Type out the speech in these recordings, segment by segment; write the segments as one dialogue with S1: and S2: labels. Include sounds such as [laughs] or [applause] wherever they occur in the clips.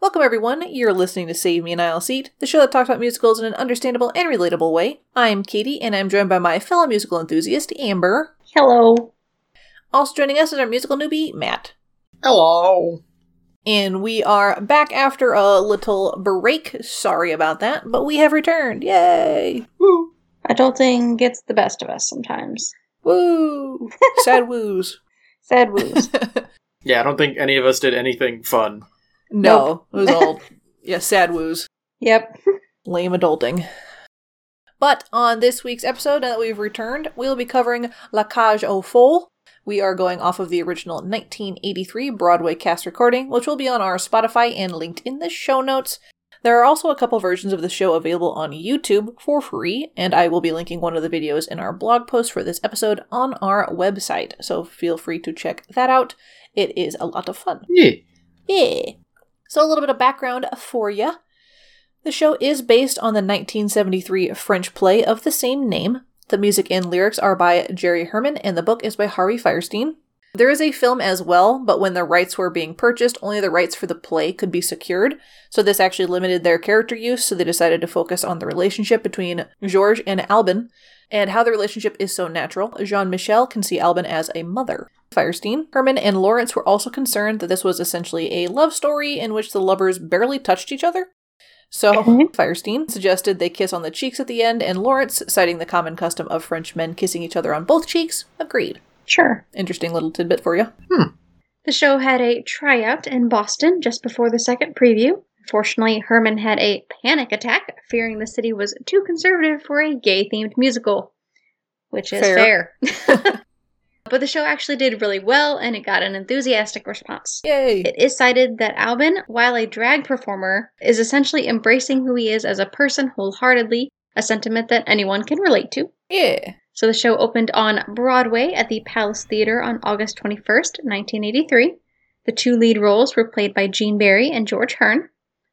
S1: Hello, everyone. You're listening to Save Me an Aisle Seat, the show that talks about musicals in an understandable and relatable way. I'm Katie, and I'm joined by my fellow musical enthusiast, Amber.
S2: Hello.
S1: Also joining us is our musical newbie, Matt.
S3: Hello.
S1: And we are back after a little break. Sorry about that, but we have returned. Yay!
S3: Woo.
S2: Adulting gets the best of us sometimes.
S1: Woo! Sad woos. [laughs]
S2: Sad woos.
S3: Yeah, I don't think any of us did anything fun.
S1: No, it was all, yeah, sad woos.
S2: [laughs] yep.
S1: lame adulting. But on this week's episode, now that we've returned, we'll be covering La Cage aux Folles. We are going off of the original 1983 Broadway cast recording, which will be on our Spotify and linked in the show notes. There are also a couple versions of the show available on YouTube for free, and I will be linking one of the videos in our blog post for this episode on our website, so feel free to check that out. It is a lot of fun.
S3: Yeah.
S1: Yeah. So, a little bit of background for you. The show is based on the 1973 French play of the same name. The music and lyrics are by Jerry Herman, and the book is by Harvey Firestein. There is a film as well, but when the rights were being purchased, only the rights for the play could be secured, so this actually limited their character use, so they decided to focus on the relationship between Georges and Albin and how the relationship is so natural. Jean Michel can see Albin as a mother. Firestein, Herman, and Lawrence were also concerned that this was essentially a love story in which the lovers barely touched each other. So,
S2: Mhm.
S1: Firestein suggested they kiss on the cheeks at the end, and Lawrence, citing the common custom of French men kissing each other on both cheeks, agreed.
S2: Sure.
S1: Interesting little tidbit for you.
S2: The show had a tryout in Boston just before the second preview. Unfortunately, Herman had a panic attack, fearing the city was too conservative for a gay themed musical, which is
S1: Fair.
S2: fair. [laughs] but the show actually did really well and it got an enthusiastic response.
S1: Yay!
S2: It is cited that Albin, while a drag performer, is essentially embracing who he is as a person wholeheartedly, a sentiment that anyone can relate to.
S1: Yeah.
S2: So the show opened on Broadway at the Palace Theater on August 21st, 1983. The two lead roles were played by Gene Barry and George Hearn.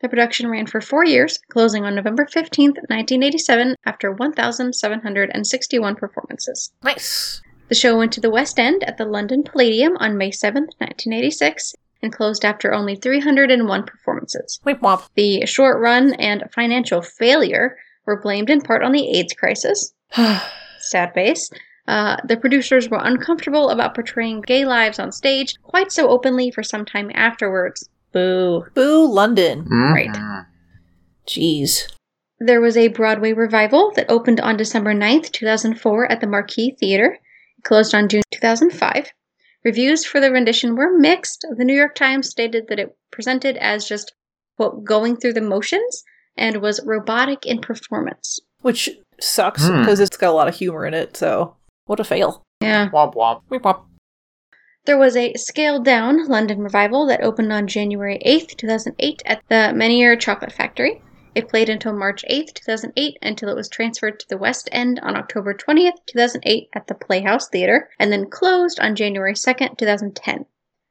S2: The production ran for four years, closing on November 15th, 1987, after 1,761 performances.
S1: Nice.
S2: The show went to the West End at the London Palladium on May 7th, 1986, and closed after only 301 performances.
S1: Wimp womp. [sighs]
S2: The short run and financial failure were blamed in part on the AIDS crisis. Sad face. Uh, the producers were uncomfortable about portraying gay lives on stage quite so openly for some time afterwards. Boo.
S1: Boo London.
S3: Hmm.
S2: Right.
S1: Jeez.
S2: There was a Broadway revival that opened on December 9th, 2004, at the Marquee Theater. It closed on June 2005. Reviews for the rendition were mixed. The New York Times stated that it presented as just, quote, going through the motions and was robotic in performance.
S1: Which sucks
S3: Hmm.
S1: because it's got a lot of humor in it, so what a fail.
S2: Yeah.
S3: Womp womp.
S1: Wimp womp.
S2: There was a scaled down London revival that opened on January 8th, 2008, at the Menier Chocolate Factory. It played until March 8th, 2008, until it was transferred to the West End on October 20th, 2008, at the Playhouse Theater, and then closed on January 2nd, 2010.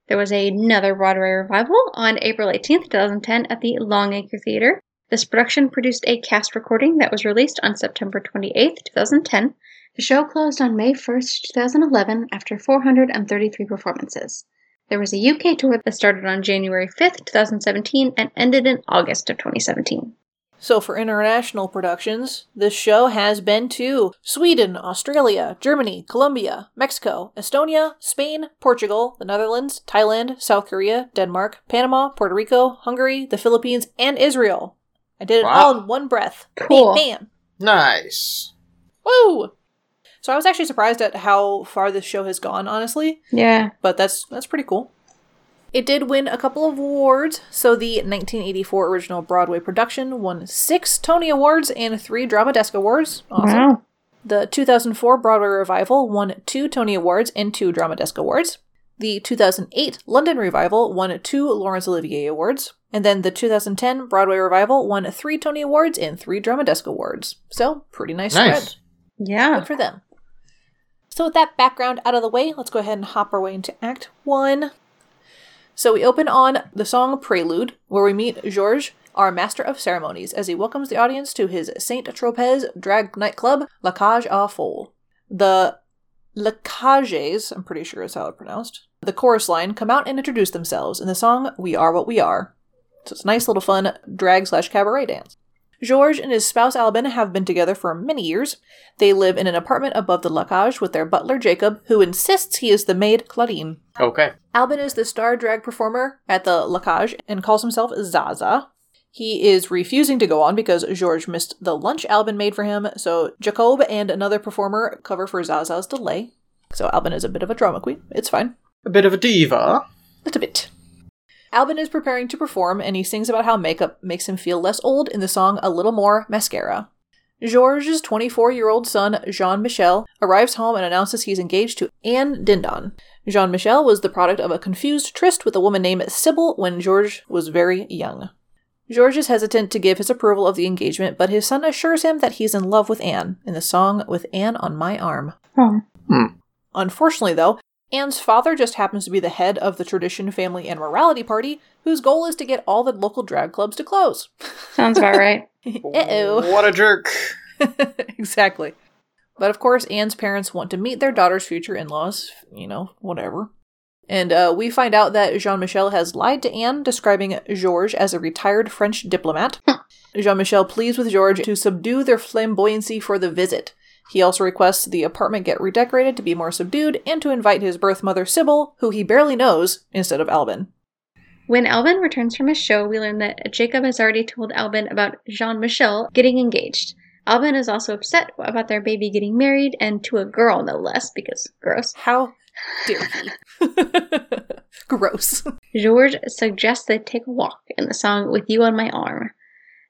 S2: There was another Broadway revival on April 18th, 2010, at the Longacre Theater. This production produced a cast recording that was released on September 28th, 2010. The show closed on May 1st, 2011, after 433 performances. There was a UK tour that started on January 5th, 2017, and ended in August of 2017.
S1: So, for international productions, this show has been to Sweden, Australia, Germany, Colombia, Mexico, Estonia, Spain, Portugal, the Netherlands, Thailand, South Korea, Denmark, Panama, Puerto Rico, Hungary, the Philippines, and Israel. I did it
S3: Wow.
S1: all in one breath.
S2: Cool.
S1: Bam!
S3: Nice.
S1: Woo! So I was actually surprised at how far this show has gone, honestly,
S2: Yeah.
S1: but that's that's pretty cool. It did win a couple of awards. So the 1984 original Broadway production won six Tony Awards and three Drama Desk Awards. Awesome.
S2: Wow.
S1: The 2004 Broadway revival won two Tony Awards and two Drama Desk Awards. The 2008 London revival won two Laurence Olivier Awards. And then the 2010 Broadway revival won three Tony Awards and three Drama Desk Awards. So, pretty nice, spread.
S3: Nice.
S2: Yeah.
S1: Good for them. So, with that background out of the way, let's go ahead and hop our way into Act 1. So, we open on the song Prelude, where we meet Georges, our master of ceremonies, as he welcomes the audience to his Saint Tropez drag nightclub, La Cage aux Folles. The La Cages, I'm pretty sure is how it's pronounced, the chorus line come out and introduce themselves in the song We Are What We Are. So it's a nice little fun drag slash cabaret dance. Georges and his spouse Albin have been together for many years. They live in an apartment above the Lacage with their butler Jacob, who insists he is the maid Claudine.
S3: Okay.
S1: Albin is the star drag performer at the Lacage and calls himself Zaza. He is refusing to go on because Georges missed the lunch Albin made for him, so Jacob and another performer cover for Zaza's delay. So Albin is a bit of a drama queen. It's fine.
S3: A bit of a diva.
S1: Not a bit. Albin is preparing to perform, and he sings about how makeup makes him feel less old in the song A Little More Mascara. Georges' 24 year old son, Jean Michel, arrives home and announces he's engaged to Anne Dindon. Jean Michel was the product of a confused tryst with a woman named Sybil when Georges was very young. Georges is hesitant to give his approval of the engagement, but his son assures him that he's in love with Anne in the song With Anne on My Arm.
S2: Oh.
S1: Unfortunately, though, Anne's father just happens to be the head of the Tradition Family and Morality Party, whose goal is to get all the local drag clubs to close. [laughs]
S2: Sounds about [laughs] right.
S1: Uh-oh.
S3: What a jerk.
S1: [laughs] exactly. But of course, Anne's parents want to meet their daughter's future in laws, you know, whatever. And uh, we find out that Jean Michel has lied to Anne, describing Georges as a retired French [laughs] diplomat. Jean Michel pleads with Georges to subdue their flamboyancy for the visit. He also requests the apartment get redecorated to be more subdued and to invite his birth mother Sybil, who he barely knows, instead of Albin.
S2: When Albin returns from his show, we learn that Jacob has already told Albin about Jean Michel getting engaged. Albin is also upset about their baby getting married, and to a girl, no less, because gross.
S1: [laughs] How dare he? Gross. [laughs]
S2: George suggests they take a walk in the song With You on My Arm.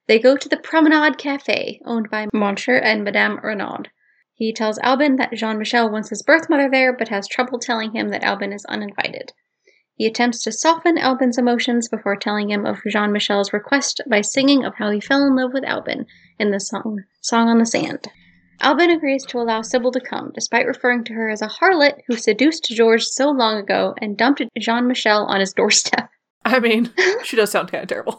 S2: They go to the Promenade Cafe, owned by Monsieur and Madame Renaud. He tells Albin that Jean Michel wants his birth mother there, but has trouble telling him that Albin is uninvited. He attempts to soften Albin's emotions before telling him of Jean Michel's request by singing of how he fell in love with Albin in the song Song on the Sand. Albin agrees to allow Sybil to come, despite referring to her as a harlot who seduced George so long ago and dumped Jean Michel on his doorstep.
S1: I mean, she does sound kind of [laughs] terrible.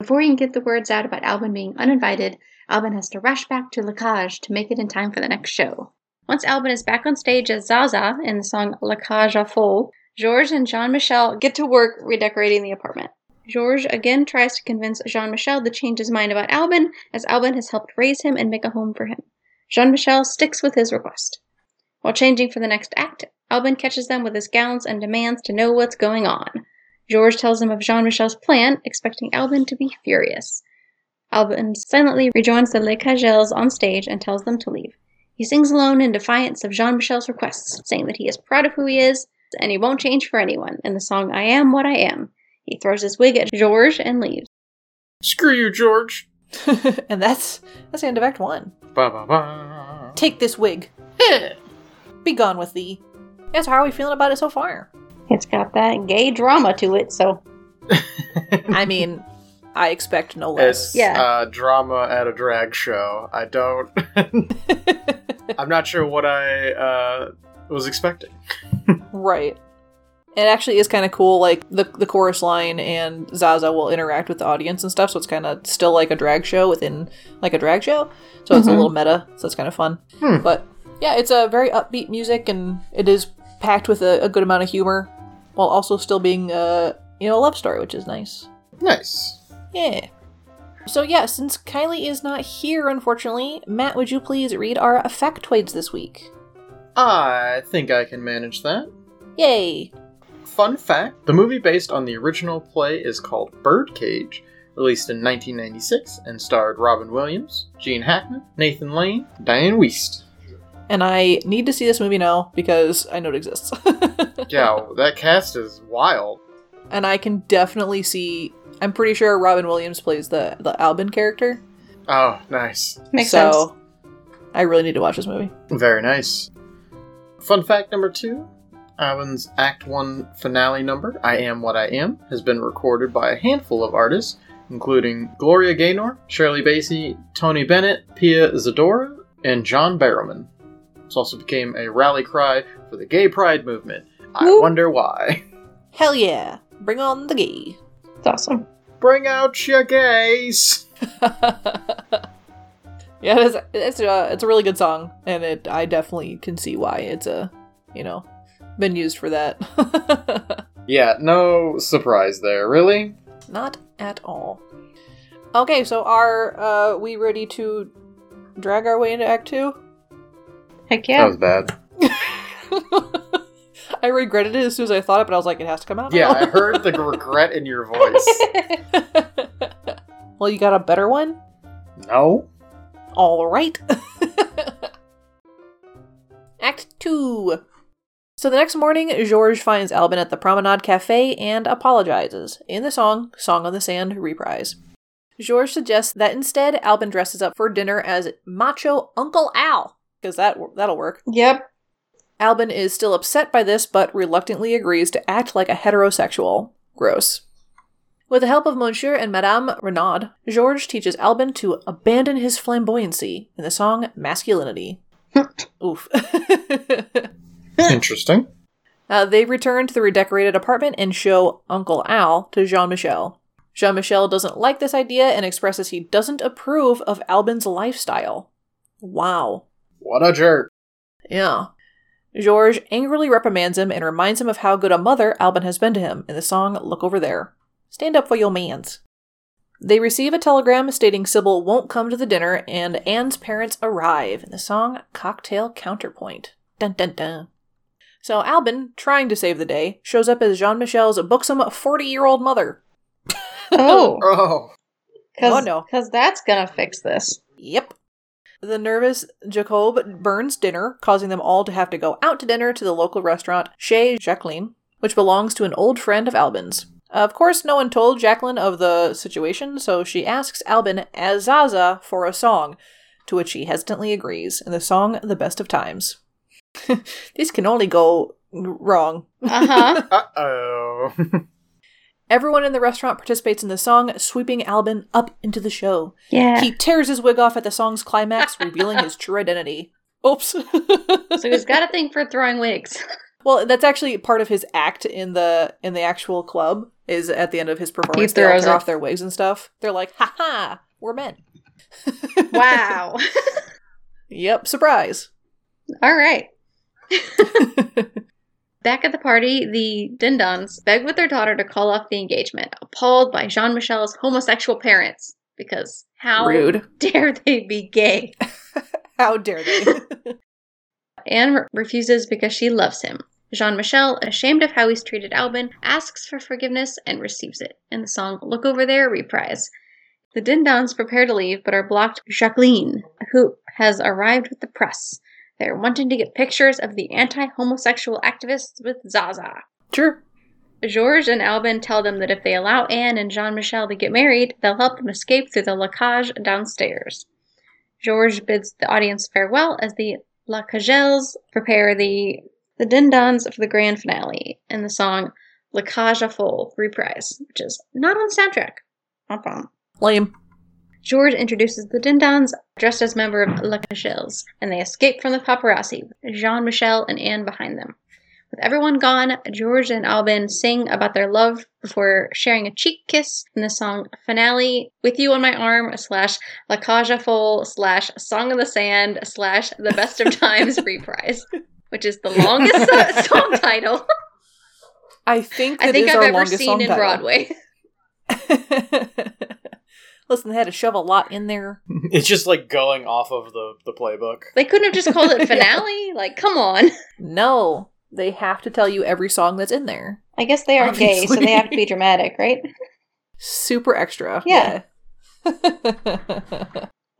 S2: Before he can get the words out about Albin being uninvited, Albin has to rush back to Lacage to make it in time for the next show. Once Albin is back on stage as Zaza in the song Lacage à Folle, Georges and Jean Michel get to work redecorating the apartment. Georges again tries to convince Jean Michel to change his mind about Albin, as Albin has helped raise him and make a home for him. Jean Michel sticks with his request. While changing for the next act, Albin catches them with his gowns and demands to know what's going on. Georges tells him of Jean Michel's plan, expecting Albin to be furious. Albin silently rejoins the Les Cagels on stage and tells them to leave. He sings alone in defiance of Jean Michel's requests, saying that he is proud of who he is and he won't change for anyone in the song I Am What I Am. He throws his wig at Georges and leaves.
S3: Screw you, George.
S1: [laughs] and that's that's the end of Act One.
S3: Ba ba ba.
S1: Take this wig. Be gone with thee. Yes, how are we feeling about it so far?
S2: It's got that gay drama to it, so
S1: I mean, I expect no less.
S3: It's
S2: Yeah.
S3: uh, drama at a drag show.
S2: [laughs]
S3: I don't. I'm not sure what I uh, was expecting.
S1: Right. It actually is kind of cool. Like the the chorus line and Zaza will interact with the audience and stuff. So it's kind of still like a drag show within like a drag show. So it's a
S2: Mhm.
S1: little meta. So it's kind of fun.
S3: Hmm.
S1: But yeah, it's a very upbeat music and it is packed with a, a good amount of humor while also still being uh you know a love story, which is nice.
S3: Nice.
S1: Yeah. So yeah, since Kylie is not here, unfortunately, Matt, would you please read our factoids this week?
S3: I think I can manage that.
S1: Yay!
S3: Fun fact the movie based on the original play is called Birdcage, released in 1996 and starred Robin Williams, Gene Hackman, Nathan Lane, Diane Wiest.
S1: And I need to see this movie now because I know it exists. [laughs]
S3: Yeah, that cast is wild.
S1: and I can definitely see. I'm pretty sure Robin Williams plays the the Albin character.
S3: Oh, nice.
S2: makes sense.
S1: so I really need to watch this movie.
S3: Very nice. Fun fact number two Alvin's Act 1 finale number, I Am What I Am, has been recorded by a handful of artists, including Gloria Gaynor, Shirley Bassey, Tony Bennett, Pia Zadora, and John Barrowman. This also became a rally cry for the gay pride movement. I
S2: Woo.
S3: wonder why. [laughs]
S1: Hell yeah! Bring on the gay.
S2: It's awesome.
S3: Bring out your gays!
S1: [laughs] yeah, it's it's a it's a really good song, and it I definitely can see why it's a you know been used for that. [laughs]
S3: Yeah, no surprise there, really.
S1: Not at all. Okay, so are uh, we ready to drag our way into Act Two? [laughs]
S2: Heck yeah.
S3: That was bad.
S1: I regretted it as soon as I thought it, but I was like, it has to come out.
S3: Yeah,
S1: now.
S3: I heard the regret in your
S2: [laughs]
S3: voice.
S1: [laughs] well, you got a better one?
S3: No?
S1: All right. [laughs] Act 2. So the next morning, Georges finds Albin at the Promenade Cafe and apologizes in the song Song on the Sand reprise. Georges suggests that instead Albin dresses up for dinner as macho Uncle Al, because that that'll work.
S2: yep.
S1: [laughs] Albin is still upset by this, but reluctantly agrees to act like a heterosexual. Gross. With the help of Monsieur and Madame Renaud, Georges teaches Albin to abandon his flamboyancy in the song Masculinity. Oof. [laughs]
S3: Interesting.
S1: Uh, they return to the redecorated apartment and show Uncle Al to Jean Michel. Jean Michel doesn't like this idea and expresses he doesn't approve of Albin's lifestyle. Wow.
S3: What a jerk.
S1: Yeah. Georges angrily reprimands him and reminds him of how good a mother Albin has been to him in the song Look Over There. Stand up for your mans. They receive a telegram stating Sybil won't come to the dinner and Anne's parents arrive in the song Cocktail Counterpoint. Dun dun dun. So Albin, trying to save the day, shows up as Jean Michel's buxom 40 year old mother.
S2: Oh.
S3: Oh.
S1: Oh,
S2: Cause,
S1: no.
S2: 'cause that's gonna
S1: [laughs]
S2: fix this.
S1: Yep. The nervous Jacob burns dinner, causing them all to have to go out to dinner to the local restaurant Chez Jacqueline, which belongs to an old friend of Albin's. Of course, no one told Jacqueline of the situation, so she asks Albin as Zaza for a song, to which he hesitantly agrees, in the song The Best of Times. [laughs] this can only go wrong.
S2: Uh huh.
S3: Uh oh.
S1: Everyone in the restaurant participates in the song, sweeping Albin up into the show.
S2: yeah.
S1: He tears his wig off at the song's climax, revealing his true identity. Oops. [laughs]
S2: so he's got a thing for throwing wigs.
S1: well, that's actually part of his act in the in the actual club. Is at the end of his performance,
S2: He
S1: they all
S2: throws
S1: tear
S2: it.
S1: off their wigs and stuff. They're like, "Ha ha, we're men."
S2: Wow.
S1: Yep, surprise.
S2: [laughs] All right. [laughs] Back at the party, the Dindons beg with their daughter to call off the engagement, appalled by Jean Michel's homosexual parents. Because how
S1: Rude.
S2: dare they be gay?
S1: How dare [laughs] they?
S2: Anne re- refuses because she loves him. Jean Michel, ashamed of how he's treated Albin, asks for forgiveness and receives it in the song Look Over There reprise. The Dindons prepare to leave but are blocked by Jacqueline, who has arrived with the press. They're wanting to get pictures of the anti homosexual activists with Zaza.
S1: sure.
S2: Georges and Albin tell them that if they allow Anne and Jean Michel to get married, they'll help them escape through the lacage downstairs. Georges bids the audience farewell as the Lacagelles prepare the the dindons for the grand finale in the song Lacage à Folle reprise, which is not on the soundtrack. Bum, bum.
S1: Lame.
S2: George introduces the Dindons dressed as member of La Cachelles, and they escape from the paparazzi, with Jean Michel and Anne behind them. With everyone gone, George and Albin sing about their love before sharing a cheek kiss in the song Finale, With You on My Arm, slash La Cage à Folle, slash Song of the Sand, slash The Best of
S1: [laughs]
S2: Times reprise, which is the longest [laughs] uh, song title
S1: I think that
S2: I think
S1: is
S2: I've
S1: our
S2: ever
S1: longest
S2: seen
S1: song
S2: in
S1: title.
S2: Broadway.
S1: [laughs] Listen, they had to shove a lot in there.
S3: It's just like going off of the, the playbook.
S2: They couldn't have just
S1: [laughs]
S2: called
S1: Yeah.
S2: it Finale? Like, come on.
S1: No, they have to tell you every song that's in there.
S2: I guess they are gay, so they have to be dramatic, right?
S1: super extra.
S2: Yeah.
S1: Yeah.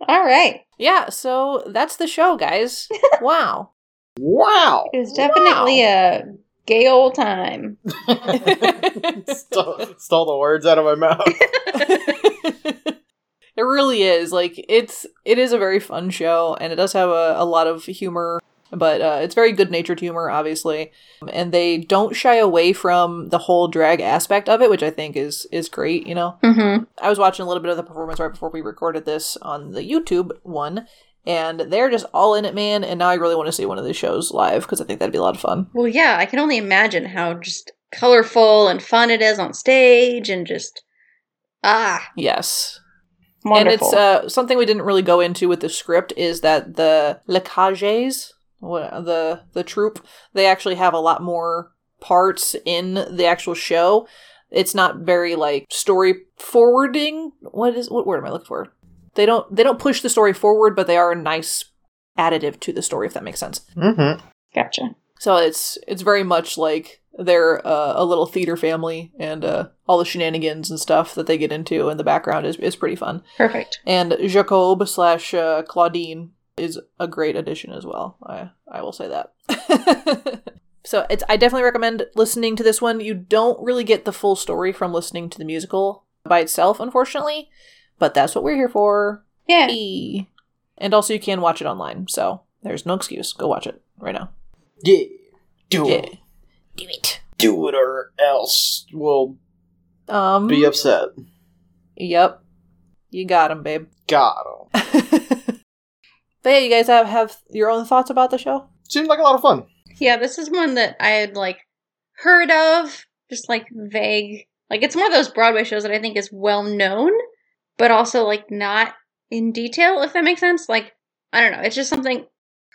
S2: All right.
S1: [laughs] Yeah, so that's the show, guys. Wow. [laughs]
S3: Wow.
S2: It was definitely a gay old time.
S3: stole, stole the words out of my mouth.
S1: [laughs] it really is. Like it's it is a very fun show and it does have a, a lot of humor, but uh, it's very good natured humor, obviously. And they don't shy away from the whole drag aspect of it, which I think is is great, you know.
S2: Mm-hmm.
S1: I was watching a little bit of the performance right before we recorded this on the YouTube one, and they're just all in it, man. And now I really want to see one of these shows live because I think that'd be a lot of fun.
S2: Well, yeah, I can only imagine how just colorful and fun it is on stage and just ah
S1: Yes. And
S2: wonderful.
S1: it's uh, something we didn't really go into with the script is that the Lecages, the the troupe, they actually have a lot more parts in the actual show. It's not very like story forwarding. What is what word am I looking for? They don't they don't push the story forward, but they are a nice additive to the story if that makes sense.
S3: Mm-hmm.
S2: Gotcha.
S1: So it's it's very much like they're uh, a little theater family, and uh, all the shenanigans and stuff that they get into in the background is is pretty fun.
S2: Perfect.
S1: And Jacob slash uh, Claudine is a great addition as well. I I will say that. [laughs] so it's I definitely recommend listening to this one. You don't really get the full story from listening to the musical by itself, unfortunately, but that's what we're here for.
S2: Yeah.
S1: Yay. And also, you can watch it online, so there's no excuse. Go watch it right now.
S3: Yeah. Do
S1: Yeah.
S3: it.
S1: Do it.
S3: Do it or else we'll
S1: Um.
S3: be upset.
S1: Yep. You got him, babe. [laughs]
S3: Got 'em.
S1: but yeah, you guys have, have your own thoughts about the show? [laughs]
S3: Seems like a lot of fun.
S2: Yeah, this is one that I had like heard of, just like vague. Like it's one of those Broadway shows that I think is well known, but also like not in detail, if that makes sense. Like, I don't know. It's just something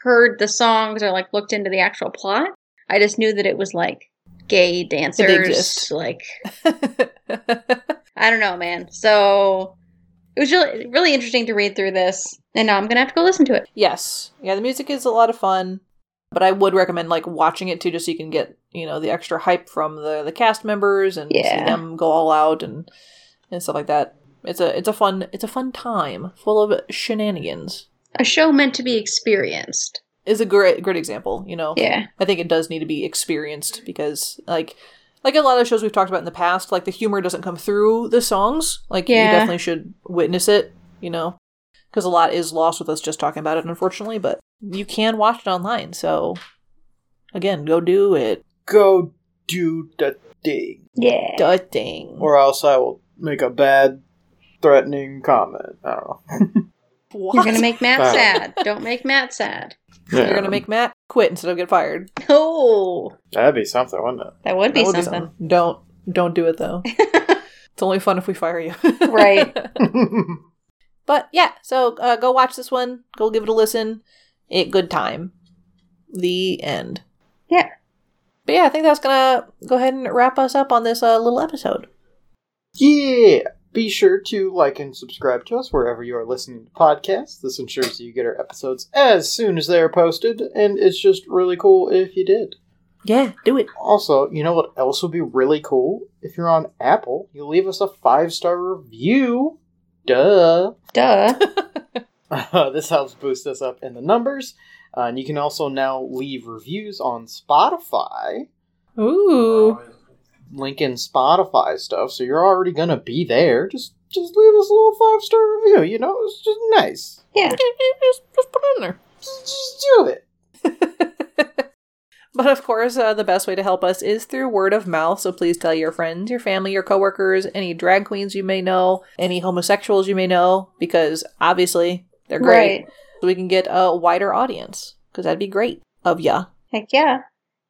S2: heard the songs or like looked into the actual plot. I just knew that it was like gay dancers.
S1: exist.
S2: Like I don't know, man. So it was really really interesting to read through this. And now I'm gonna have to go listen to it.
S1: yes. Yeah, the music is a lot of fun, but I would recommend like watching it too just so you can get, you know, the extra hype from the the cast members and see
S2: Yeah.
S1: them go all out and and stuff like that. It's a it's a fun it's a fun time full of shenanigans.
S2: A show meant to be experienced.
S1: Is a great great example, you know.
S2: Yeah.
S1: I think it does need to be experienced because like like a lot of shows we've talked about in the past, like the humor doesn't come through the songs. Like you
S2: Yeah.
S1: definitely should witness it, you know, because a lot is lost with us just talking about it, unfortunately. But you can watch it online, so again, go do it.
S3: Go do the thing.
S2: Yeah.
S1: Do it thing.
S3: or else I will make a bad, threatening comment. I don't know.
S1: What?
S2: You're gonna make Matt
S3: Wow.
S2: sad. Don't make Matt sad.
S1: You're gonna make Matt quit instead of get fired.
S2: Oh,
S3: that'd be something, wouldn't it?
S2: that would be
S1: That would be
S2: something.
S1: something. Don't don't do it though. it's only fun if we fire you.
S2: [laughs] Right.
S3: [laughs]
S1: But yeah, so uh, go watch this one. Go give it a listen. It good time. The end.
S2: Yeah.
S1: But yeah, I think that's gonna go ahead and wrap us up on this uh, little episode.
S3: yeah. Be sure to like and subscribe to us wherever you are listening to podcasts. This ensures that you get our episodes as soon as they are posted, and it's just really cool if you did.
S1: Yeah, do it.
S3: Also, you know what else would be really cool? If you're on Apple, you leave us a five star review. Duh. [laughs]
S2: Duh.
S3: Uh, this helps boost us up in the numbers. Uh, and you can also now leave reviews on Spotify.
S1: Ooh.
S3: Link in Spotify stuff, so you're already gonna be there. Just just leave us a little five star review, you know? It's just nice.
S2: Yeah.
S1: Just, [laughs] just put it in there.
S3: Just, just do it.
S1: [laughs] But of course, uh, the best way to help us is through word of mouth. So please tell your friends, your family, your coworkers, any drag queens you may know, any homosexuals you may know, because obviously they're [laughs] great.
S2: Right.
S1: so we can get a wider audience because that'd be great of ya.
S2: Heck yeah.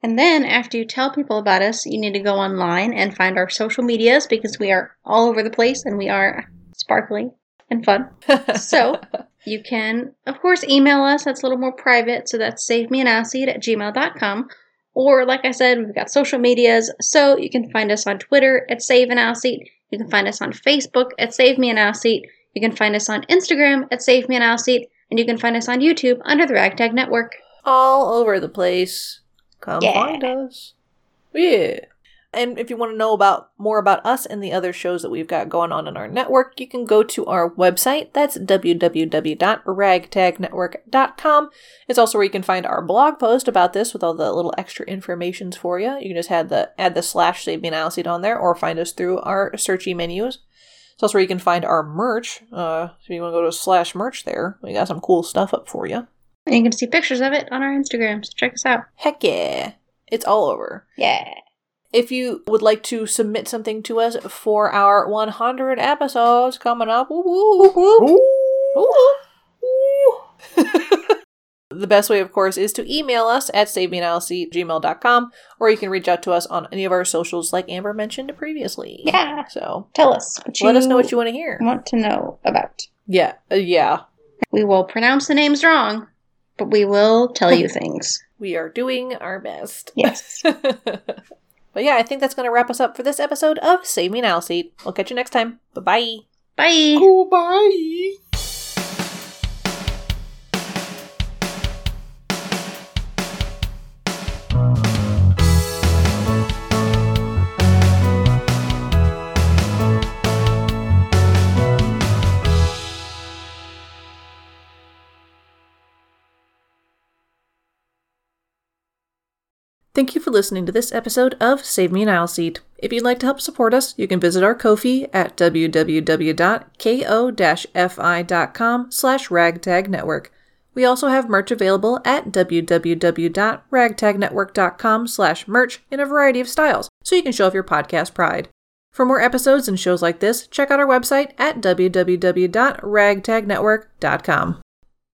S2: And then after you tell people about us, you need to go online and find our social medias because we are all over the place and we are sparkly and fun. So you can, of course, email us. That's a little more private. So that's savemeanacid at gmail.com. Or, like I said, we've got social medias. So you can find us on Twitter at Save an Acid. You can find us on Facebook at Save Me an Acid. You can find us on Instagram at Save Me an Acid. And you can find us on YouTube under the Ragtag Network.
S1: all over the place. Come
S2: Yeah.
S1: find us. Yeah. And if you want to know about more about us and the other shows that we've got going on in our network, you can go to our website. That's www.ragtagnetwork.com. It's also where you can find our blog post about this with all the little extra informations for you. You can just add the add the slash save me now seed on there, or find us through our searchy menus. It's also where you can find our merch. Uh, so you want to go to slash merch there. We got some cool stuff up for you.
S2: And you can see pictures of it on our Instagram. So check us out.
S1: Heck yeah. It's all over.
S2: Yeah.
S1: If you would like to submit something to us for our 100 episodes coming up, woo, woo, woo, woo, woo, woo, [laughs] woo. the best way, of course, is to email us at gmail.com, or you can reach out to us on any of our socials, like Amber mentioned previously.
S2: Yeah.
S1: So
S2: Tell us what you
S1: let us know what you want to hear.
S2: want to know about.
S1: Yeah, uh, yeah.
S2: We will pronounce the names wrong, [laughs] but we will tell you things.
S1: We are doing our best.
S2: Yes.
S1: [laughs] But yeah, I think that's going to wrap us up for this episode of Save Me Now Seat. We'll catch you next time. Bye bye.
S2: Bye.
S3: Goodbye.
S1: Thank you for listening to this episode of Save Me an Aisle Seat. If you'd like to help support us, you can visit our Ko-fi at www.ko-fi.com slash ragtagnetwork. We also have merch available at www.ragtagnetwork.com slash merch in a variety of styles, so you can show off your podcast pride. For more episodes and shows like this, check out our website at www.ragtagnetwork.com.